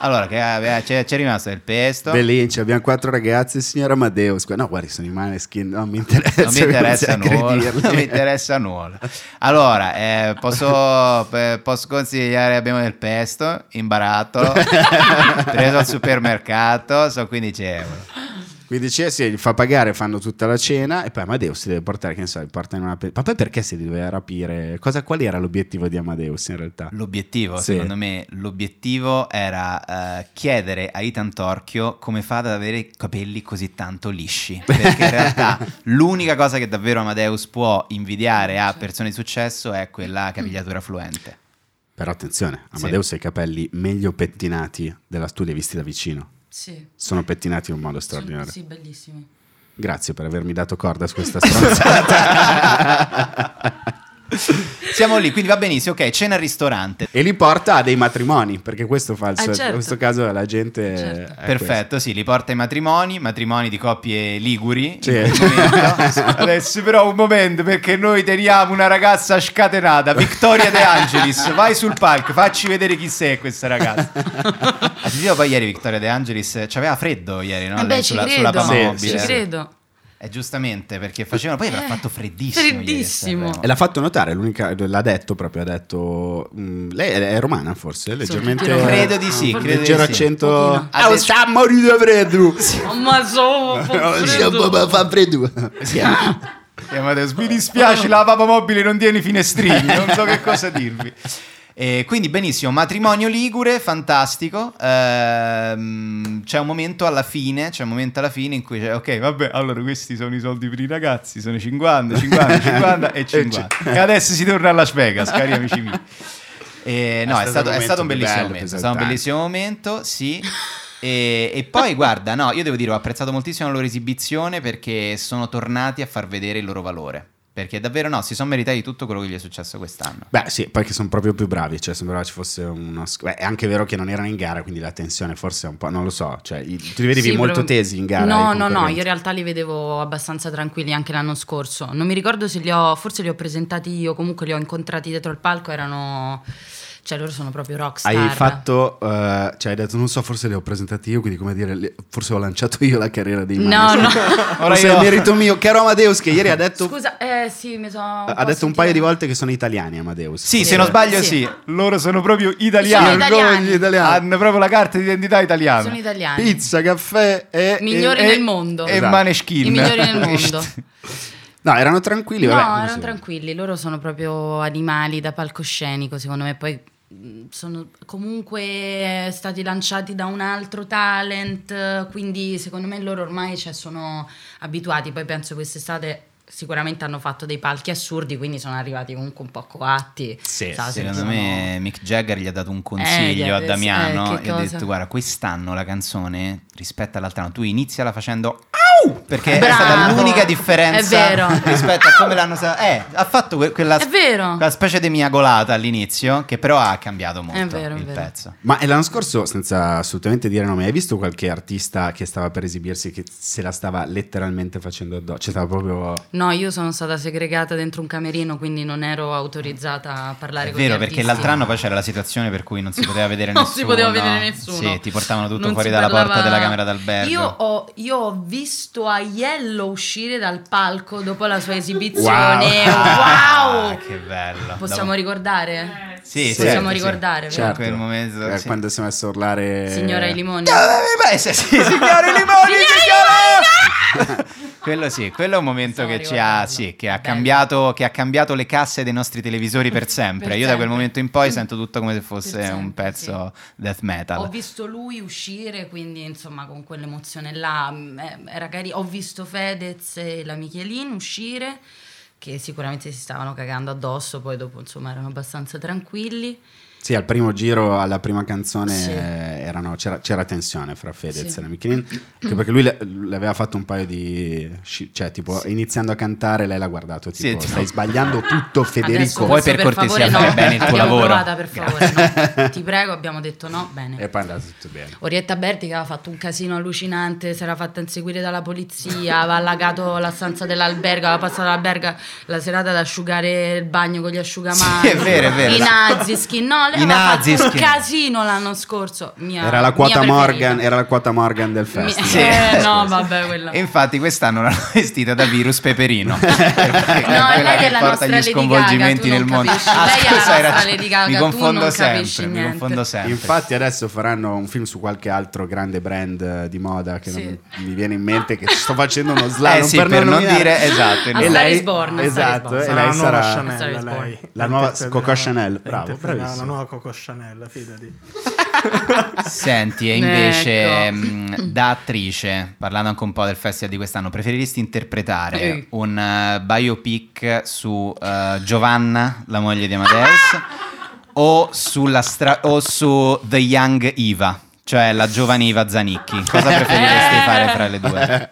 C: Allora, che, eh, c'è, c'è rimasto il pesto.
E: Bellin, abbiamo quattro ragazzi, il signor Amadeus. qua- No, guardi, sono i maneskin, non mi interessa. cioè,
C: Non mi interessa
E: bisogna
C: nulla,
E: aggredirli.
C: non mi interessa nulla. Allora, eh, posso, eh, posso consigliare, abbiamo del pesto in barattolo, preso al supermercato, sono 15 euro.
E: Quindi c'è, sì, gli fa pagare, fanno tutta la cena e poi Amadeus si deve portare, che ne so, gli porta in una... pe- Ma poi perché si doveva rapire? Cosa, qual era l'obiettivo di Amadeus in realtà?
C: L'obiettivo,
E: Sì.
C: secondo me, l'obiettivo era eh, chiedere a Itan Torchio come fa ad avere i capelli così tanto lisci. Perché in realtà l'unica cosa che davvero Amadeus può invidiare a persone di successo è quella capigliatura fluente.
E: Però attenzione,
C: Sì.
E: Amadeus ha i capelli meglio pettinati della studia visti da vicino.
D: Sì.
E: Sono pettinati in un modo straordinario.
D: Sì, bellissimi.
E: Grazie per avermi dato corda su questa stronzata.
C: Siamo lì, quindi va benissimo. Ok, cena al ristorante.
E: e li porta a dei matrimoni, perché questo fa il
D: Ah,
E: suo-
D: certo.
E: in questo caso la gente...
D: Certo.
E: è
C: Perfetto, sì, li porta ai matrimoni, matrimoni di coppie liguri. in
E: Sì.
C: quel momento. Adesso però un momento perché noi teniamo una ragazza scatenata, Victoria De Angelis, vai sul palco, facci vedere chi sei questa ragazza. Ha sentito poi ieri Victoria De Angelis, c'aveva freddo ieri, no?
D: Eh beh,
C: Lei
D: ci
C: sulla,
D: credo.
C: sulla
E: Sì,
C: Pama
E: sì,
C: Mobile.
D: Ci credo.
C: Eh, giustamente, perché facevano, poi aveva
D: Eh,
C: fatto freddissimo. ieri eh. a
D: freddissimo.
C: Sanremo.
E: E l'ha fatto notare, l'unica- l'ha detto proprio, ha detto... mm, lei è, è romana forse, leggermente...
D: tutti romani.
C: Credo di sì,
E: un
C: credo di
E: leggero
C: sì. Oh,
E: accento...
D: Pochino.
C: Ha detto-
E: sta morendo freddo!
D: Oh, ma so,
C: Oh,
E: Fa freddo! Sì.
C: Amadeus, mi dispiace, la papa mobile non tiene i finestrini, non so che cosa dirvi. E quindi benissimo, matrimonio ligure, fantastico. Ehm, c'è un momento alla fine, c'è un momento alla fine in cui c'è, ok, vabbè, allora questi sono i soldi per i ragazzi, sono 50, 50, 50 e 50.
E: ci-
C: E adesso si torna a Las Vegas, cari amici miei. E,
E: È
C: Eh, no, è
E: stato
C: stato,
E: un
C: è stato un
E: momento
C: bellissimo
E: bello,
C: momento, è stato un bellissimo momento, sì. E, e poi guarda, no, io devo dire, ho apprezzato moltissimo la loro esibizione perché sono tornati a far vedere il loro valore. Perché davvero no, si sono meritati tutto quello che gli è successo quest'anno.
E: Beh, sì, poi che sono proprio più bravi, cioè sembrava ci fosse uno... sc- Beh, è anche vero che non erano in gara, quindi la tensione forse è un po'... non lo so, cioè i- tu li vedevi
D: Sì,
E: molto
D: però-
E: tesi in gara?
D: No,
E: i
D: no, no,
E: concorrenti?
D: io in realtà li vedevo abbastanza tranquilli anche l'anno scorso. Non mi ricordo se li ho, forse li ho presentati io, comunque li ho incontrati dietro al palco, erano... Cioè loro sono proprio rockstar.
E: Hai fatto, eh, cioè hai detto, non so, forse li ho presentati io, quindi come dire, le- forse ho lanciato io la carriera dei
D: No,
E: manager.
D: no.
C: Ora
E: Forse
C: io-
E: è merito mio, caro Amadeus, che ieri ha detto,
D: Scusa, eh sì, mi sono... un
E: ha
D: po'
E: detto un
D: sentita-
E: paio di volte che sono italiani Amadeus.
C: Sì,
D: Sì.
C: se non sbaglio,
D: Sì.
C: sì. Loro sono proprio
D: Sono
C: italiani.
D: italiani.
E: Gli italiani.
C: Hanno proprio la carta d'identità italiana.
D: Sono italiani.
E: Pizza, caffè e...
D: Migliori
E: e-
D: nel mondo.
C: E
E: Esatto.
C: Maneskin.
D: I migliori nel mondo.
E: No, erano tranquilli,
D: No,
E: vabbè, come
D: erano
E: si-
D: tranquilli, loro sono proprio animali da palcoscenico, secondo me. Poi mh, sono comunque stati lanciati da un altro talent, eh, quindi secondo me loro ormai cioè, sono abituati. Poi penso quest'estate sicuramente hanno fatto dei palchi assurdi, quindi sono arrivati comunque un po' coatti.
E: Sì,
D: Sa, se
C: Secondo
D: sono-
C: me Mick Jagger gli ha dato un
D: Eh, gli
C: consiglio
D: ha
C: a
D: detto-
C: Damiano
D: eh, che
C: e ha
D: cosa?
C: detto guarda quest'anno la canzone rispetto all'altro anno tu iniziala facendo au perché è stata
D: Bravo.
C: l'unica differenza
D: È vero.
C: rispetto a come l'hanno sa- eh, ha fatto que- quella,
D: È vero.
C: quella specie di miagolata all'inizio che però ha cambiato molto
D: vero, è
C: il
D: vero.
C: pezzo.
E: Ma l'anno scorso, senza assolutamente dire nome, hai visto qualche artista che stava per esibirsi che se la stava letteralmente facendo addosso? Cioè, stava proprio...
D: No, io sono stata segregata dentro un camerino, quindi non ero autorizzata a parlare
C: È
D: con gli
C: vero, perché
D: artisti.
C: l'altro anno poi c'era la situazione per cui non si poteva vedere
D: Non
C: nessuno.
D: si poteva vedere nessuno.
C: Sì, ti portavano tutto
D: Non
C: fuori
D: si
C: dalla porta
D: parlava-
C: della camera d'albergo.
D: Io ho, io ho visto Aiello uscire dal palco dopo la sua
E: Wow.
D: esibizione. Wow!
C: Ah, che bello.
D: Possiamo
C: Dopo-
D: ricordare?
C: Sì, sì,
D: Possiamo
C: sì,
D: ricordare,
C: sì.
D: vero?
C: In Certo. quel momento,
E: Eh,
C: sì.
E: Quando si è messo a
C: Eh.
E: urlare...
D: Signora i limoni.
C: Beh, sì, sì, signori limoni, signora! quello sì, quello è un momento
D: Possiamo
C: che ci ha,
D: ricordarlo.
C: sì, che ha
D: Bello.
C: cambiato, che ha cambiato le casse dei nostri televisori per sempre.
D: Per
C: Io da quel
D: sempre.
C: momento in poi sento tutto come se fosse
D: Per
C: un
D: sempre,
C: pezzo death
D: Ho
C: metal.
D: visto lui uscire, quindi insomma con quell'emozione là mh, eh, era carino. Ho visto Fedez e la Michelin uscire, che sicuramente si stavano cagando addosso, poi dopo insomma erano abbastanza tranquilli.
E: Sì, al primo giro, alla prima canzone
D: Sì.
E: eh, erano- c'era, c'era tensione fra Fedez
D: Sì.
E: e la Michelin, anche perché lui le, le aveva fatto un paio di... sci- cioè, tipo, iniziando a cantare lei l'ha guardato,
C: Sì,
E: tipo,
C: tipo-
E: stai sbagliando tutto
D: Adesso
E: Federico.
C: Puoi
D: questo
C: per cortesia
D: favore,
C: fare bene il tuo
D: Abbiamo
C: lavoro.
D: provata, per favore, no. Ti prego, abbiamo detto no, bene.
C: Eh.
E: E poi è andato tutto bene.
D: Orietta Berti che aveva fatto un casino allucinante, si era fatta inseguire dalla polizia, aveva allagato la stanza dell'albergo, aveva passato l'albergo la serata ad asciugare il bagno con gli
C: Sì,
D: asciugamani.
C: è vero, è vero.
D: I Naziskin, no, lei
C: I
D: aveva fatto un
C: Naziskin.
D: casino l'anno scorso. Mia,
E: Era la
D: mia
E: quota
D: preferita.
E: Morgan, era la quota Morgan del
D: Mi-
E: festival.
C: Sì.
D: eh, no, vabbè, quella.
C: E infatti quest'anno l'hanno vestita da virus peperino. no,
D: No, lei è la nostra Lady Gaga, tu non capisci.
C: Ah,
D: Lei è la
C: scusa,
D: nostra
C: hai ragione.
D: Lady Gaga,
C: mi
D: tu
C: confondo
D: non
C: sempre,
D: capisci
C: mi
D: niente.
C: confondo sempre.
E: Infatti adesso faranno un film su qualche altro grande brand eh, di moda che
D: Sì.
E: non mi viene in mente che sto facendo uno slalom
C: Eh sì,
E: per,
C: per non
E: nominare.
C: dire- esatto,
D: A Star is Born, a Star is
E: esatto,
D: Born.
E: e
F: Sarà
E: lei
F: la nuova
E: sarà
F: Chanel,
D: Sarà il
F: lei.
D: porno.
E: La nuova
F: Interpreterà-
E: Coco Chanel, bravo,
F: interpreterà
E: bravissimo.
F: La nuova Coco Chanel, fidati.
C: Senti, e invece
D: Ecco.
C: mh, da attrice, parlando anche un po' del festival di quest'anno, preferiresti interpretare
D: Ehi.
C: un eh, biopic su eh, Giovanna, la moglie di Amadeus, o, sulla stra- o su The Young Eva, cioè la giovane Iva Zanicchi? Cosa preferiresti
G: Eh.
C: fare fra le due?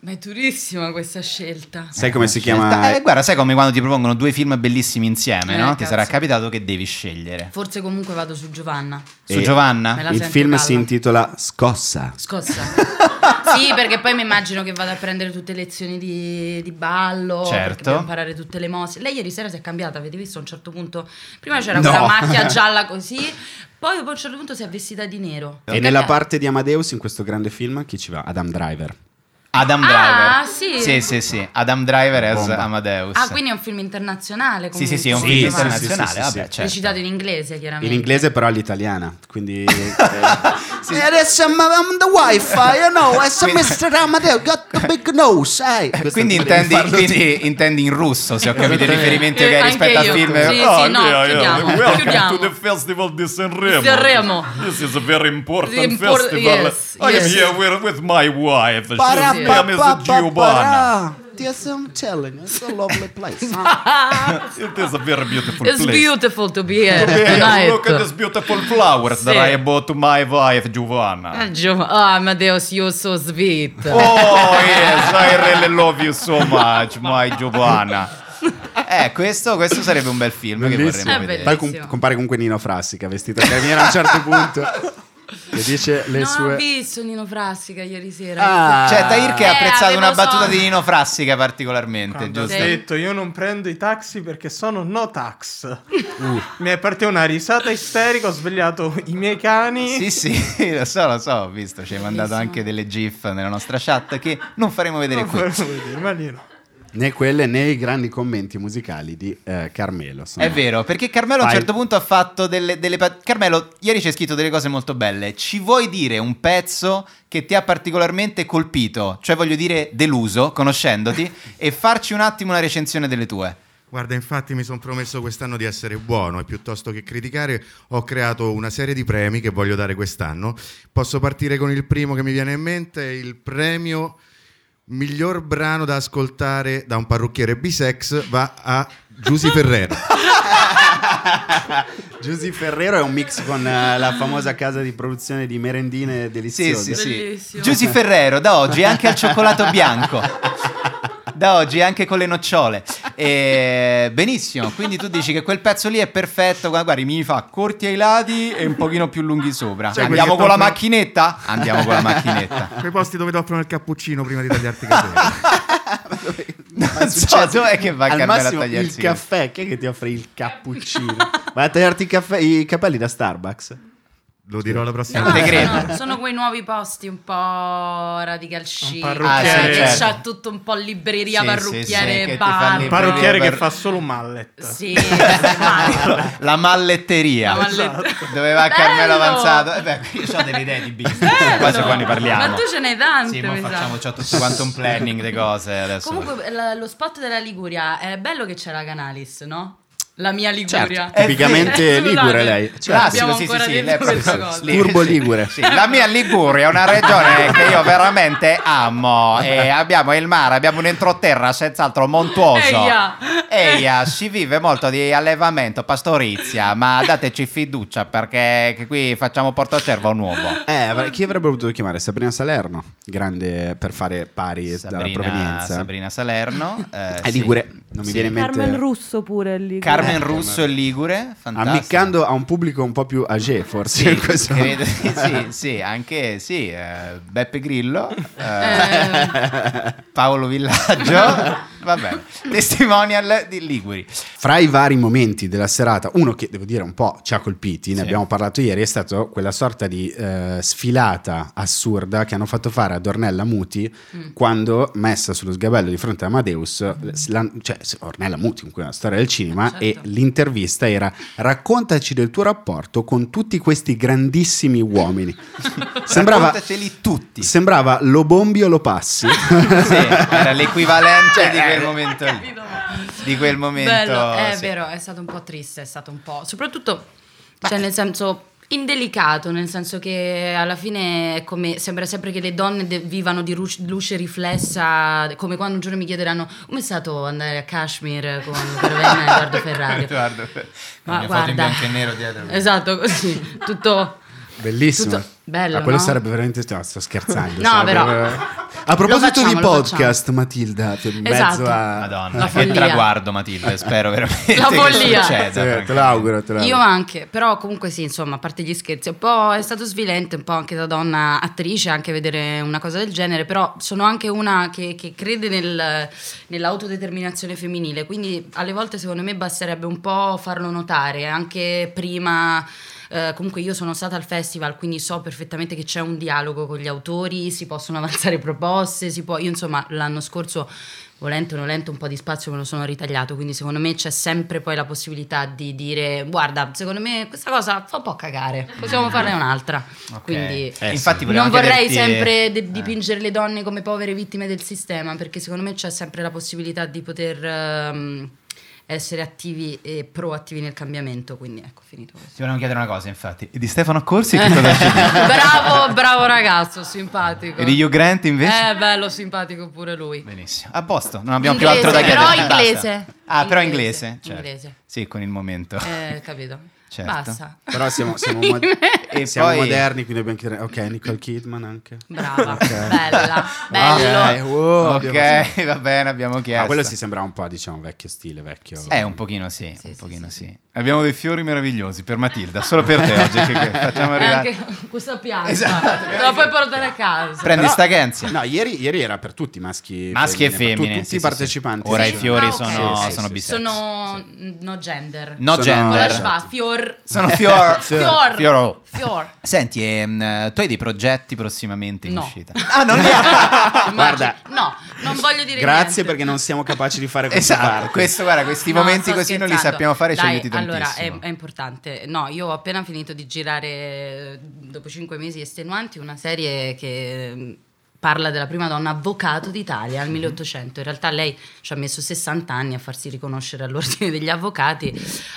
D: Ma è durissima questa scelta.
E: Sai come si
C: Scelta-
E: chiama?
C: eh, guarda, sai come quando ti propongono due film bellissimi insieme,
D: Eh,
C: no? Ti
D: cazzo.
C: sarà capitato che devi scegliere.
D: Forse comunque vado su Giovanna.
C: Su
E: Eh,
C: Giovanna?
D: Me la
E: Il
D: sento
E: film si
D: calma.
E: intitola Scossa.
D: Scossa. sì, perché poi mi immagino che vado a prendere tutte le lezioni di, di ballo, perché
C: Certo.
D: devo imparare tutte le mosse. Lei ieri sera si è cambiata, avete visto? A un certo punto, prima c'era
E: No.
D: quella macchia gialla così, poi dopo a un certo punto si è vestita di nero.
E: E nella parte di Amadeus in questo grande film chi ci va? Adam Driver.
C: Adam
D: Ah,
C: Driver.
D: sì.
C: Sì, sì, sì. Adam Driver as
E: Bomba.
C: Amadeus.
D: Ah, quindi è un film internazionale
C: Sì,
D: comunque.
C: sì, sì, è un
E: Sì,
C: film
E: sì,
C: internazionale.
E: sì, sì,
C: vabbè,
E: sì.
C: certo.
D: Recitato in inglese, chiaramente.
E: In inglese però all'italiana, quindi... eh,
C: Sì.
E: E adesso I'm, I'm the wifi, you know, as a Mr. Amadeus, got the big nose, eh. Questo
C: Quindi
E: è un po'
C: intendi,
E: di farlo
C: quindi intendi in russo, se ho capito il riferimento
D: Eh,
C: che hai
D: anche
C: rispetto al
D: io.
C: film. Eh,
D: Sì, sì,
I: Oh,
D: no, chiudiamo,
I: Welcome
D: chiudiamo.
I: to the festival di Sanremo.
D: Sanremo.
I: This is a very important
D: The impor-
I: festival. Oh,
D: yes,
I: I
D: yes.
I: am here with, with my wife. Her
D: Para,
I: name is Giovanna.
E: Para. Yes, I'm telling you, it's a lovely place.
I: It is a very beautiful
D: It's
I: place.
D: beautiful to be here
I: Hey, look at these
D: tonight.
I: beautiful flowers that
D: Eh, Sì.
I: I bought to my wife Giovanna.
D: Ah, Giov- Ah, Amadeus, you're so sweet.
I: Oh yes, I really love you so much, my Giovanna.
C: Eh, questo, questo sarebbe un bel film che
E: Bellissimo.
C: vorremmo
D: Eh,
C: vedere.
E: Poi com- compare comunque Nino Frassica vestito da carabiniere a un certo punto che dice le
D: non ho
E: sue...
D: visto Nino Frassica ieri sera.
E: Ah.
C: Cioè, Tahir che ha
D: Eh,
C: apprezzato
D: avevo
C: una battuta
D: sonno.
C: di Nino Frassica particolarmente,
F: Quando ha
C: giusto?
D: Sì.
F: detto io non prendo i taxi perché sono no tax.
E: Uh.
F: Mi è partita una risata isterica, ho svegliato i miei cani.
C: Sì, sì, lo so, lo so, ho visto, ci hai mandato
D: Bellissimo.
C: anche delle gif nella nostra chat che non faremo vedere
F: Non
C: qui.
F: volevo dire, ma lì no.
E: Né quelle né i grandi commenti musicali di eh, Carmelo. sono-
C: È vero, perché Carmelo a un
E: Vai.
C: certo punto ha fatto delle... delle pa- Carmelo, ieri c'è scritto delle cose molto belle. Ci vuoi dire un pezzo che ti ha particolarmente colpito, cioè voglio dire deluso, conoscendoti, e farci un attimo una recensione delle tue?
B: Guarda, infatti mi sono promesso quest'anno di essere buono e piuttosto che criticare ho creato una serie di premi che voglio dare quest'anno. Posso partire con il primo che mi viene in mente, il premio miglior brano da ascoltare da un parrucchiere bisex va a Giusy Ferrero.
E: Giusy Ferrero è un mix con eh, la famosa casa di produzione di merendine
C: Sì,
E: deliziose.
C: sì, sì.
D: Bellissimo.
C: Giusy Ferrero, da oggi anche al cioccolato bianco. Da oggi anche con le nocciole. E, benissimo, quindi tu dici che quel pezzo lì è perfetto. Guarda, guardi, mi fa corti ai lati e un pochino più lunghi sopra.
B: Cioè, quelli
C: Andiamo
B: che
C: con la
B: toccano-
C: macchinetta? Andiamo con la macchinetta.
B: Quei posti dove ti offrono il cappuccino prima di tagliarti i capelli.
C: Non so, cioè,
E: Succede-
C: dov'è che va a
E: Al
C: Carmelo a
E: massimo
C: tagliarsi?
E: il caffè, chi è che ti offre il cappuccino? Vai a tagliarti i, caffè- i capelli da Starbucks.
B: Lo dirò alla prossima
C: Non te
B: volta.
C: credo.
D: sono, sono quei nuovi posti un po' radical chic,
F: parrucchiere.
D: cioè,
C: Ah, sì,
D: che
C: certo.
D: c'ha tutto un po' libreria,
C: Sì, sì,
D: parrucchiere,
C: sì, che ti fa
D: bar.
C: lì-
F: Un parrucchiere che
C: Barber-
F: fa solo mallet.
D: Sì, sì, ma-
C: La malletteria.
D: La mallet-
C: Dove va Carmelo
D: Bello!
C: avanzato? Eh beh, io ho delle idee di business.
D: Bello!
C: Quasi qua ne parliamo.
D: Ma tu ce n'hai tante,
C: Sì, ma
D: mi sa.
C: facciamo c'ho tutto quanto un planning di cose adesso.
D: Comunque la- lo spot della Liguria è bello che c'è la Canalis, no? La mia Liguria.
C: Eh,
E: Certo. Tipicamente
D: sì.
E: ligure lei. Cioè,
C: Classico,
D: Abbiamo
C: sì, sì,
D: ancora
C: sì,
D: detto
C: lei è proprio-
D: questa cosa.
C: lì-
E: Turbo
C: sì,
E: ligure.
C: sì, la mia Liguria è una regione che io veramente amo. E abbiamo il mare, abbiamo un entroterra senz'altro montuoso.
D: Eia.
C: Eia, si vive molto di allevamento, pastorizia, ma dateci fiducia perché che qui facciamo portocervo nuovo.
E: Eh, avre- chi avrebbe potuto chiamare? Sabrina Salerno, grande per fare pari dalla
C: Sabrina,
E: provenienza.
C: Sabrina Salerno. eh,
E: È
C: sì.
E: ligure, non mi viene in mente.
H: Carmen Russo pure lì.
C: Carmen
E: Eh,
C: Russo e Ligure, fantastico.
E: Ammiccando a un pubblico un po' più age, forse
C: Sì,
E: in questo
C: credo
E: momento.
C: di sì, sì, anche sì, eh, Beppe Grillo, eh,
D: Eh,
C: Paolo Villaggio, va bene, testimonial di Liguri.
E: Fra i vari momenti della serata, uno che devo dire un po' ci ha colpiti, ne abbiamo parlato ieri, è stato quella sorta di eh, sfilata assurda che hanno fatto fare a Dornella Muti quando messa sullo sgabello di fronte a Amadeus, s- la- cioè s- Ornella Muti, comunque è una storia del cinema, e
D: Certo.
E: l'intervista era raccontaci del tuo rapporto con tutti questi grandissimi uomini. sembrava,
C: Raccontaceli tutti.
E: sembrava lo bombi o lo passi.
C: Sì, era l'equivalente
E: Cioè,
C: di quel
E: eh,
C: momento lì.
D: capito, ma-
C: Di quel Eh, momento.
D: Bello, è
C: sì.
D: vero, è stato un po' triste, è stato un po'... Soprattutto, cioè nel senso, indelicato, nel senso che alla fine è come, sembra sempre che le donne de- vivano di ru- luce riflessa, come quando un giorno mi chiederanno come è stato andare a Kashmir con Verena e Edoardo Ferrari.
C: Edoardo Ferrari. Con le foto in bianco e nero dietro.
D: Esatto, così, tutto...
E: Bellissimo.
D: Tutto- bello,
E: Ma quello
D: no?
E: sarebbe veramente. No, sto scherzando.
D: No,
E: sarebbe-
D: però-
E: A proposito
D: Lo facciamo, Esatto.
E: di
D: lo
E: podcast, Matilda, in mezzo a.
C: Madonna,
D: La
C: che
D: follia.
C: traguardo Matilde, spero veramente
D: La
C: che
D: follia.
E: Eh,
C: succeda.
E: te lo auguro, te lo
D: Io
E: auguro.
D: anche, però comunque sì, insomma, a parte gli scherzi, un po' è stato svilente, un po' anche da donna attrice, anche vedere una cosa del genere, però sono anche una che, che crede nel- nell'autodeterminazione femminile, quindi alle volte secondo me basterebbe un po' farlo notare, anche prima... eh, comunque io sono stata al festival, quindi so perfettamente che c'è un dialogo con gli autori, si possono avanzare proposte, si può... Io insomma l'anno scorso volente o nolente un po' di spazio me lo sono ritagliato, quindi secondo me c'è sempre poi la possibilità di dire guarda, secondo me questa cosa fa un po' cagare, possiamo farne un'altra.
C: Mm. Ok.
D: Quindi
C: Eh, infatti volevo
D: non
C: anche eh.
D: vorrei
C: dirti-
D: sempre de- dipingere le donne come povere vittime del sistema, perché secondo me c'è sempre la possibilità di poter ehm, essere attivi e proattivi nel cambiamento. Quindi ecco, finito questo.
C: Ti volevamo chiedere una cosa, infatti. E di Stefano Accorsi che cosa ci dici?
D: bravo, bravo ragazzo, simpatico.
C: E di Hugh Grant invece?
D: Eh, bello, simpatico pure lui.
C: Benissimo. A posto, non abbiamo più altro
D: Inglese,
C: da chiedere.
D: però
C: Basta.
D: inglese.
C: Ah, però
D: Inglese,
C: inglese. certo.
D: inglese.
C: Sì, con il momento.
D: Eh, capito.
C: Certo.
D: Basta.
E: Però siamo, siamo, mo-
C: E
E: siamo
C: poi-
E: moderni, quindi dobbiamo chiedere... Ok, Nicole Kidman anche.
D: Brava,
E: Ok.
D: bella,
C: Ah,
D: bello.
C: ok, wow,
E: abbiamo-
C: ok, va bene, abbiamo chiesto.
E: Ma Ah, quello si sembra un po', diciamo, vecchio stile, vecchio...
C: Eh, un pochino sì,
D: Sì,
C: un
D: sì,
C: pochino sì. Abbiamo dei fiori meravigliosi per Matilda, solo per te oggi. che- che facciamo
D: E
C: arrivare.
D: anche questa pianta.
C: Esatto.
D: Te la puoi portare a casa.
C: Prendi
E: Però-
C: sta Kenzie.
E: No, ieri, ieri era per tutti, maschi, e
C: Maschi e
E: per tu-
C: femmine.
E: tutti
C: sì,
E: i
C: sì,
E: partecipanti.
C: sì. Ora
E: sì.
C: i fiori
D: Ah, ok.
C: sono,
E: Sì, sì,
C: sono
E: sì.
C: bisex.
D: Sono no gender.
C: No
E: Sono-
D: Con la
C: gender.
E: Esatto.
D: schwa, fior.
C: Sono fior.
D: Fior.
C: Fior.
D: Fior.
C: Senti, ehm, tu hai dei progetti prossimamente in
D: No.
C: uscita? Ah, non li
E: Guarda.
D: No, non voglio dire
E: Grazie
D: niente.
E: perché non siamo capaci di fare questa
C: Esatto,
E: parte.
C: questo, guarda, questi
D: No,
C: momenti
D: sto
C: così non li
D: scherzando.
C: sappiamo fare, ci
D: Dai,
C: aiuti
D: Allora, ehm,
C: tantissimo.
D: è, è importante. No, io ho appena finito di girare, eh, dopo cinque mesi estenuanti, una serie che eh, parla della prima donna avvocato d'Italia al 1800. In realtà lei ci ha messo 60 anni a farsi riconoscere all'ordine degli avvocati,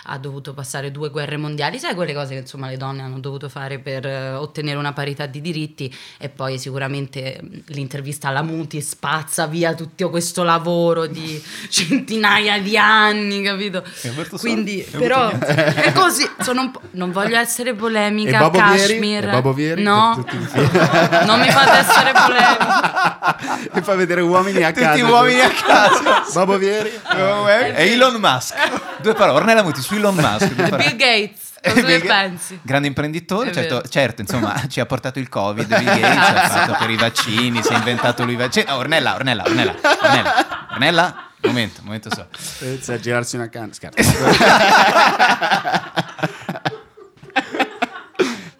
D: ha dovuto passare due guerre mondiali, sai quelle cose che insomma le donne hanno dovuto fare per eh, ottenere una parità di diritti e poi sicuramente mh, l'intervista alla Muti spazza via tutto questo lavoro di centinaia di anni, capito?
C: È Umberto Sordi?
D: Quindi,
C: È
D: però,
C: Umberto
D: Oh, è così. Sono un po'- non voglio essere polemica.
E: E Bobo Vieri?
D: Kashmir,
E: E Bobo Vieri?
D: no,
E: Tutti
D: non mi fate essere polemica.
E: e fa vedere uomini a casa.
C: Tutti uomini a casa.
E: Babbo Vieri.
C: e Elon Musk. Due parole, Ornella Muti su Elon Musk. due parole.
D: Bill Gates, cosa
C: Bill
D: ne
C: Gates,
D: pensi?
C: Grande imprenditore,
D: È
C: certo,
D: vero.
C: certo, insomma, ci ha portato il Covid, Bill Gates ha fatto per i vaccini, si è inventato lui i vaccini. Oh, Ornella, Ornella, Ornella, Ornella, Ornella, momento, momento so.
E: Inizia a girarsi una canna. Scherzo.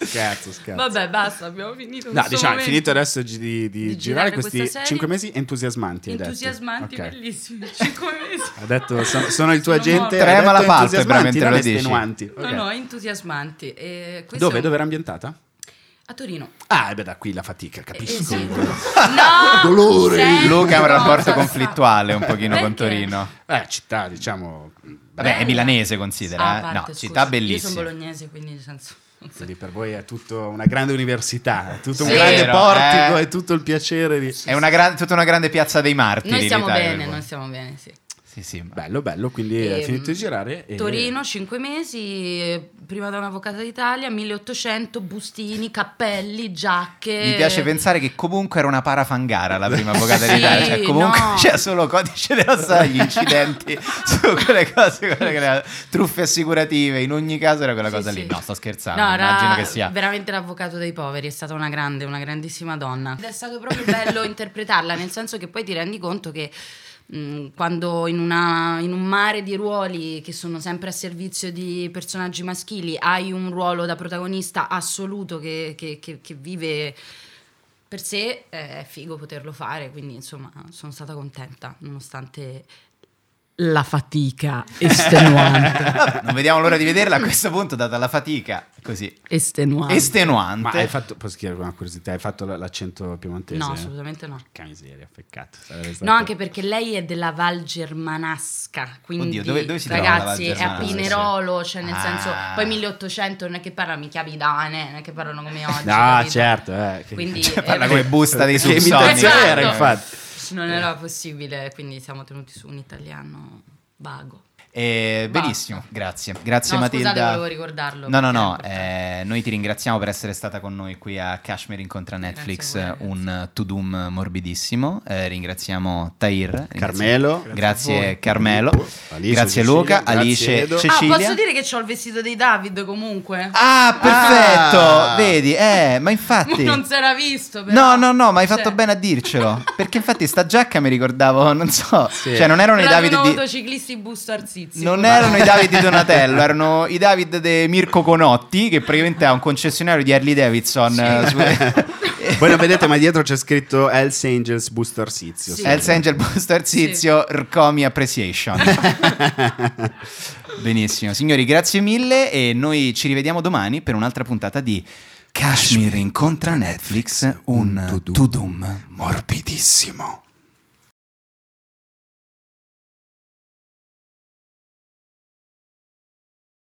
E: scherzo, scherzo.
D: Vabbè, basta, abbiamo finito.
E: No,
D: questo
E: diciamo, hai
D: momento.
E: finito adesso gi- di, di
D: Di
E: girare
D: girare
E: questi
D: questa serie?
E: 5 mesi entusiasmanti. hai detto.
D: Entusiasmanti,
E: Ok.
D: bellissimi. Cinque mesi.
E: Ha detto, sono, sono il tuo
D: Sono
E: agente.
D: morta.
E: ha
C: Trema la
E: detto
C: palpebra
E: entusiasmanti,
C: mentre
E: non
C: lo dici.
E: estenuanti. Ok.
D: No, no, entusiasmanti. E questo è
E: Dove,
D: un-
E: dove era ambientata?
D: A Torino.
E: Ah, e beh, da qui la fatica, capisco.
D: Eh, No!
E: Dolore.
D: Senti,
C: Luca ha un
D: no,
C: rapporto
D: basta.
C: conflittuale un pochino con
D: Eh, Perché?
C: Torino.
E: Eh, città, diciamo,
C: Vabbè, è
D: Bella.
C: milanese,
D: Ah,
C: considera,
D: a
C: eh.
D: parte,
C: No,
D: scusa.
C: città
D: Io
C: bellissima.
D: sono bolognese, quindi nel senso... non so.
E: quindi per voi è tutto una grande università, è tutto un
C: Sì,
E: grande
C: vero,
E: portico,
C: eh.
E: è tutto il piacere di...
C: È una gran- tutta una grande piazza dei martiri.
D: Noi stiamo
C: l'Italia,
D: bene,
C: per
D: noi
C: voi.
D: stiamo bene, sì.
C: Sì, sì, ma-
E: Bello, bello, quindi hai
D: Ehm,
E: finito di girare. e-
D: Torino, 5 mesi, eh, prima da un'avvocata d'Italia, 1800, bustini, cappelli, giacche.
C: Mi piace pensare che comunque era una parafangara la prima avvocata
D: Sì,
C: d'Italia, cioè comunque
D: no.
C: c'è solo codice della strada, gli incidenti su quelle cose, quelle che erano truffe assicurative, in ogni caso era quella
D: Sì,
C: cosa
D: sì.
C: lì. No, sto scherzando,
D: No, era
C: immagino che sia.
D: veramente l'avvocato dei poveri, è stata una grande, una grandissima donna. Ed è stato proprio bello interpretarla, nel senso che poi ti rendi conto che mh, quando in, una- in un mare di ruoli che sono sempre a servizio di personaggi maschili hai un ruolo da protagonista assoluto che, che- che- che vive per sé, eh, è figo poterlo fare, quindi insomma sono stata contenta, nonostante la fatica estenuante.
C: Vabbè, non vediamo l'ora di vederla a questo punto, data la fatica così
D: estenuante.
C: estenuante.
E: Ma hai fatto, posso chiedere una curiosità, hai fatto l- l'accento piemontese?
D: no, assolutamente no.
E: Che miseria, peccato. sarebbe stato-
C: Esatto.
D: No, anche perché lei è della Val Germanasca, quindi
C: Oddio, dove- dove si trova la Val
D: ragazzi è a
C: Germanasca?
D: Pinerolo, cioè nel
C: Ah.
D: senso, poi 1800 non è che parlano mica bidane, non è che parlano come oggi.
E: No,
D: capito?
E: certo, eh. che-
D: Quindi
E: Cioè,
D: eh,
C: Parla come busta dei
E: che
C: subsoni.
E: imitazione era,
D: Esatto.
E: infatti.
D: non era
C: Eh.
D: possibile, quindi siamo tenuti su un italiano vago.
C: Eh, benissimo, grazie. Grazie
D: No,
C: Matilda.
D: scusate, volevo ricordarlo,
C: No, no,
D: perché è
C: no,
D: importante.
C: eh, noi ti ringraziamo per essere stata con noi qui a Kashmir incontra Netflix,
D: Grazie a voi,
C: un to doom morbidissimo. Eh, ringraziamo Tahir, ringraziamo-
E: Carmelo.
C: grazie,
E: Grazie a voi.
C: Carmelo,
E: Filippo, Alice,
C: grazie
E: Cecilia,
C: Luca,
E: grazie
C: Alice,
E: Edo. Ah,
C: Cecilia.
D: Ah, posso dire che ho il vestito dei David comunque?
C: Ah, perfetto,
E: Ah.
C: vedi, eh, ma infatti
D: Non si era visto
C: No,
D: però.
C: no, no, ma hai
D: Cioè,
C: fatto bene a dircelo. Perché infatti sta giacca mi ricordavo, non so,
E: Sì.
C: cioè non erano i
D: Radio
C: Davide di
D: motociclisti busto arzizzi.
C: Non erano i David di Donatello, erano i David di Mirko Conotti, che praticamente ha un concessionario di Harley Davidson. eh, su-
E: Voi non vedete, ma dietro c'è scritto Hells Angels Booster Sizio.
D: Sì.
C: Hells Angel Booster Zizio, Rcomi Appreciation. Benissimo, signori, grazie mille e noi ci rivediamo domani per un'altra puntata di Kashmir incontra Netflix, un to-doom morbidissimo.